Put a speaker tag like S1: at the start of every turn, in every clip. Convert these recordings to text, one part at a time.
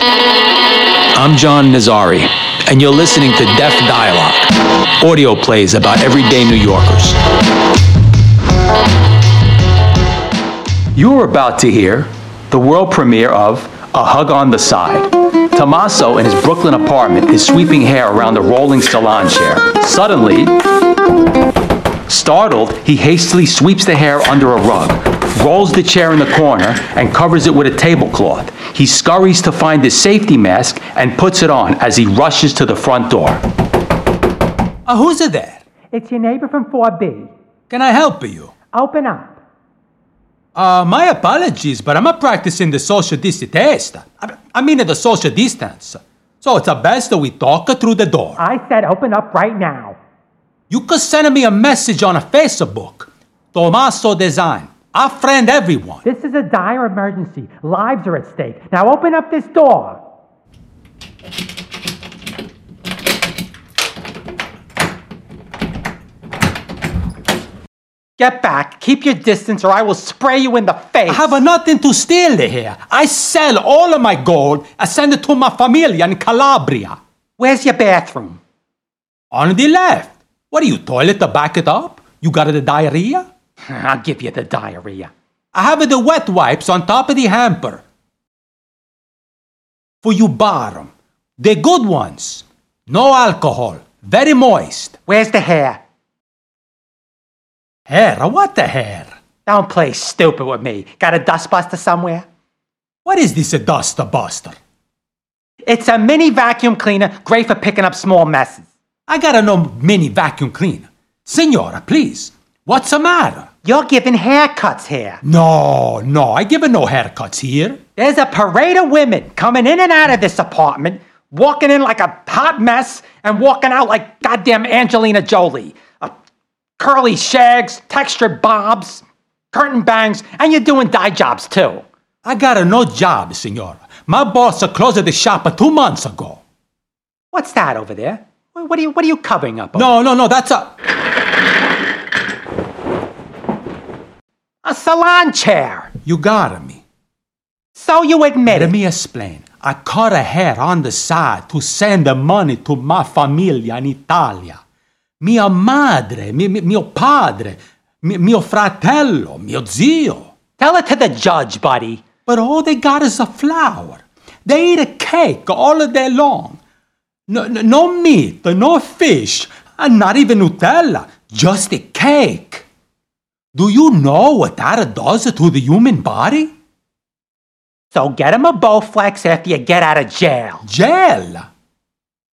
S1: I'm John Nazari, and you're listening to Deaf Dialogue, audio plays about everyday New Yorkers. You're about to hear the world premiere of A Hug on the Side. Tommaso in his Brooklyn apartment is sweeping hair around a rolling salon chair. Suddenly, Startled, he hastily sweeps the hair under a rug, rolls the chair in the corner, and covers it with a tablecloth. He scurries to find his safety mask and puts it on as he rushes to the front door.
S2: Uh, who's it there?
S3: It's your neighbor from 4B.
S2: Can I help you?
S3: Open up.
S2: Uh, my apologies, but I'm not practicing the social distance test. I, I mean the social distance. So it's best we talk through the door.
S3: I said open up right now.
S2: You could send me a message on a Facebook. Tommaso Design. I friend everyone.
S3: This is a dire emergency. Lives are at stake. Now open up this door. Get back. Keep your distance or I will spray you in the face.
S2: I have nothing to steal here. I sell all of my gold. I send it to my family in Calabria.
S3: Where's your bathroom?
S2: On the left. What are you, toilet to back it up? You got the diarrhea?
S3: I'll give you the diarrhea.
S2: I have the wet wipes on top of the hamper. For you bottom. The good ones. No alcohol. Very moist.
S3: Where's the hair?
S2: Hair? What the hair?
S3: Don't play stupid with me. Got a dustbuster somewhere?
S2: What is this a duster buster?
S3: It's a mini vacuum cleaner, great for picking up small messes.
S2: I got a no mini vacuum cleaner. Senora, please. What's the matter?
S3: You're giving haircuts here.
S2: No, no, I give her no haircuts here.
S3: There's a parade of women coming in and out of this apartment, walking in like a hot mess and walking out like goddamn Angelina Jolie. Uh, curly shags, textured bobs, curtain bangs, and you're doing dye jobs too.
S2: I got a no job, senora. My boss closed the shop two months ago.
S3: What's that over there? Wha- What are you, what are you covering up? over?
S2: No, no, no, that's a.
S3: A salon chair.
S2: You got me.
S3: So you admit
S2: Let
S3: it.
S2: me explain. I cut a hair on the side to send the money to my famiglia in Italia. Mia madre, mi, mi- mio padre, mi- mio fratello, mio zio.
S3: Tell it to the judge, buddy.
S2: But all they got is a flower. They eat a cake all day long. No, no, no meat, no fish, and not even Nutella, just a cake. Do you know what that does to the human body?
S3: So get him a Bowflex after you get out of jail.
S2: Jail.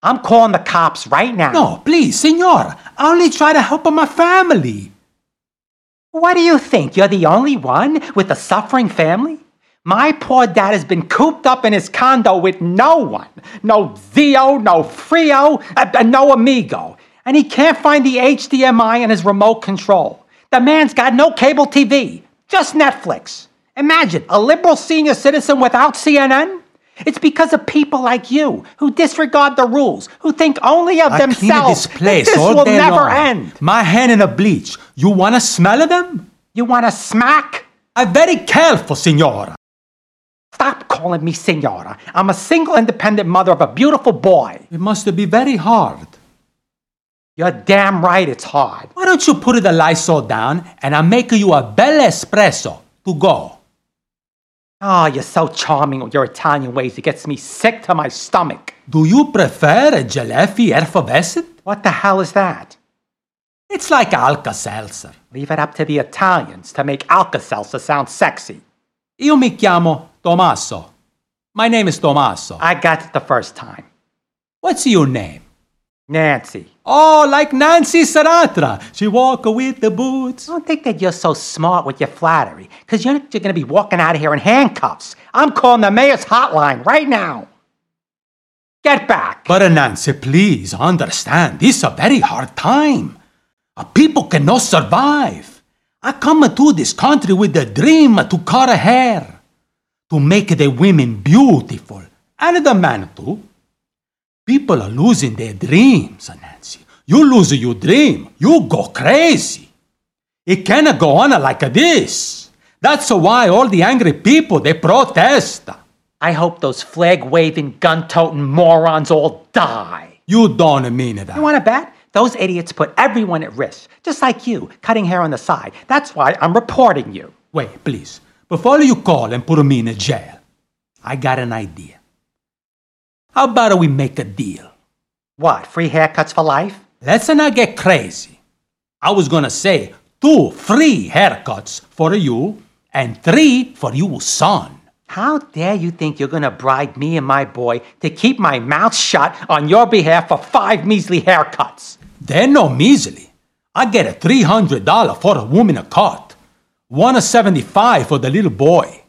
S3: I'm calling the cops right now.
S2: No, please, senor. I only try to help my family.
S3: What do you think? You're the only one with a suffering family? My poor dad has been cooped up in his condo with no one. No Zio, no Frio, uh, uh, no amigo. And he can't find the HDMI in his remote control. The man's got no cable TV, just Netflix. Imagine a liberal senior citizen without CNN? It's because of people like you who disregard the rules, who think only of
S2: I clean
S3: themselves.
S2: this place
S3: this
S2: all
S3: will
S2: day
S3: never
S2: long.
S3: end.
S2: My hand in a bleach. You wanna smell of them?
S3: You want to smack?
S2: I'm very careful, senora.
S3: Stop calling me senora. I'm a single independent mother of a beautiful boy.
S2: It must be very hard.
S3: You're damn right it's hard.
S2: Why don't you put the Lysol down and I'll make you a bel espresso to go?
S3: Oh, you're so charming with your Italian ways. It gets me sick to my stomach.
S2: Do you prefer a Jalefi effervescent?
S3: What the hell is that?
S2: It's like Alka-Seltzer.
S3: Leave it up to the Italians to make Alka-Seltzer sound sexy.
S2: Io mi chiamo Tommaso. My name is Tommaso.
S3: I got it the first time.
S2: What's your name?
S3: Nancy,
S2: Oh, like Nancy Sinatra. She walk with the boots.
S3: I don't think that you're so smart with your flattery, because you're, you're going to be walking out of here in handcuffs. I'm calling the mayor's hotline right now. Get back.
S2: But uh, Nancy, please understand, this is a very hard time. Uh, people cannot survive. I come to this country with a dream to cut a hair, to make the women beautiful, and the man too. People are losing their dreams, Nancy. You lose your dream, you go crazy. It cannot go on like this. That's why all the angry people, they protest.
S3: I hope those flag waving, gun toting morons all die.
S2: You don't mean that.
S3: You want to bet? Those idiots put everyone at risk, just like you, cutting hair on the side. That's why I'm reporting you.
S2: Wait, please. Before you call and put me in jail, I got an idea. How about we make a deal?
S3: What, free haircuts for life?
S2: Let's not get crazy. I was gonna say two free haircuts for you and three for your son.
S3: How dare you think you're gonna bribe me and my boy to keep my mouth shut on your behalf for five measly haircuts?
S2: They're no measly. I get a three hundred dollar for a woman a cut, one seventy five for the little boy.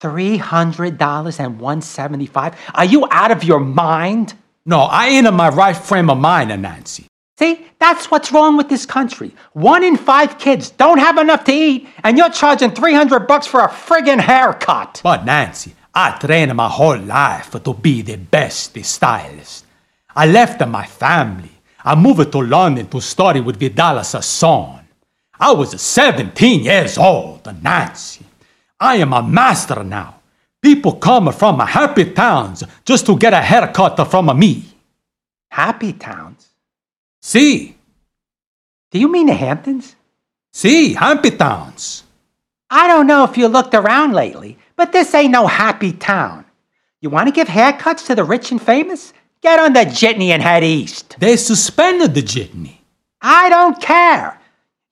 S3: Three hundred dollars and one seventy-five. Are you out of your mind?
S2: No, I ain't in my right frame of mind, Nancy.
S3: See, that's what's wrong with this country. One in five kids don't have enough to eat, and you're charging 300 bucks for a friggin' haircut.
S2: But Nancy, I trained my whole life to be the best stylist. I left my family. I moved to London to study with Vidal Sassoon. I was 17 years old, Nancy. I am a master now. People come from happy towns just to get a haircut from me.
S3: Happy Towns?
S2: See?
S3: Do you mean the Hamptons?
S2: See, Hampy Towns.
S3: I don't know if you looked around lately, but this ain't no happy town. You want to give haircuts to the rich and famous? Get on the jitney and head east.
S2: They suspended the jitney.
S3: I don't care.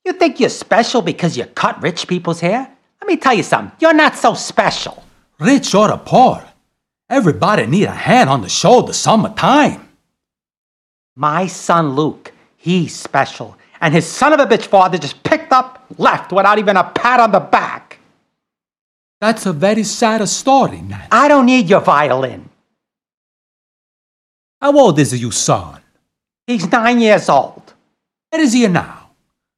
S3: You think you're special because you cut rich people's hair? Let me tell you something. You're not so special.
S2: Rich or poor, everybody need a hand on the shoulder summertime.
S3: My son Luke, he's special. And his son of a bitch father just picked up, left without even a pat on the back.
S2: That's a very sad story, Nancy.
S3: I don't need your violin.
S2: How old is your son?
S3: He's nine years old.
S2: Where is he now?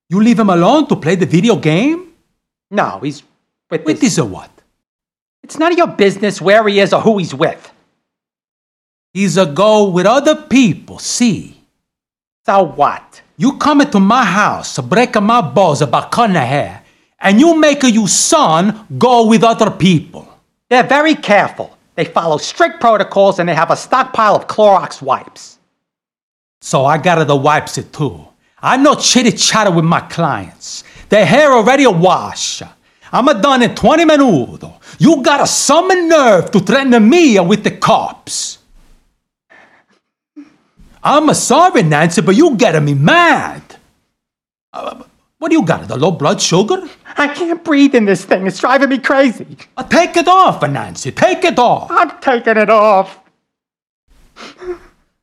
S2: You leave him alone to play the video game?
S3: No, he's with,
S2: With
S3: his-
S2: this or what?
S3: It's none of your business where he is or who he's with.
S2: He's a go with other people, see?
S3: So what?
S2: You come to my house, break my balls about cutting hair, and you make your son go with other people.
S3: They're very careful. They follow strict protocols and they have a stockpile of Clorox wipes.
S2: So I got the wipes it too. I know chitty chatter with my clients. Their hair already a wash. I'm a done in 20 minuto. You gotta summon nerve to threaten me with the cops. I'm a sorry, Nancy, but you getting me mad. Uh, what do you got? The low blood sugar?
S3: I can't breathe in this thing. It's driving me crazy.
S2: Uh, take it off, Nancy. Take it off.
S3: I'm taking it off.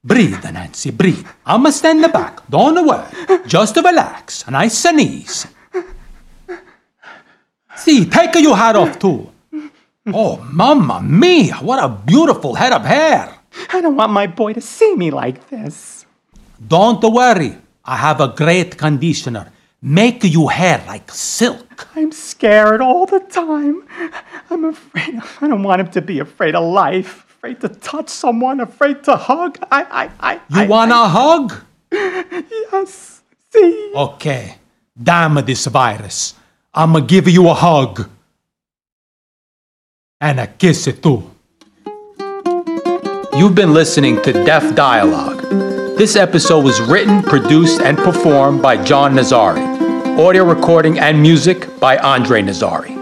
S2: Breathe, Nancy, breathe. I'ma stand the back. Don't worry. Just relax. Nice and easy. See, take your hat off too. Oh, mamma mia, what a beautiful head of hair.
S3: I don't want my boy to see me like this.
S2: Don't worry. I have a great conditioner. Make your hair like silk.
S3: I'm scared all the time. I'm afraid. I don't want him to be afraid of life, afraid to touch someone, afraid to hug. I, I, I.
S2: You
S3: I,
S2: want a hug?
S3: Yes. See.
S2: Okay. Damn this virus. I'ma give you a hug. And a kiss too.
S1: You've been listening to Deaf Dialogue. This episode was written, produced, and performed by John Nazari. Audio recording and music by Andre Nazari.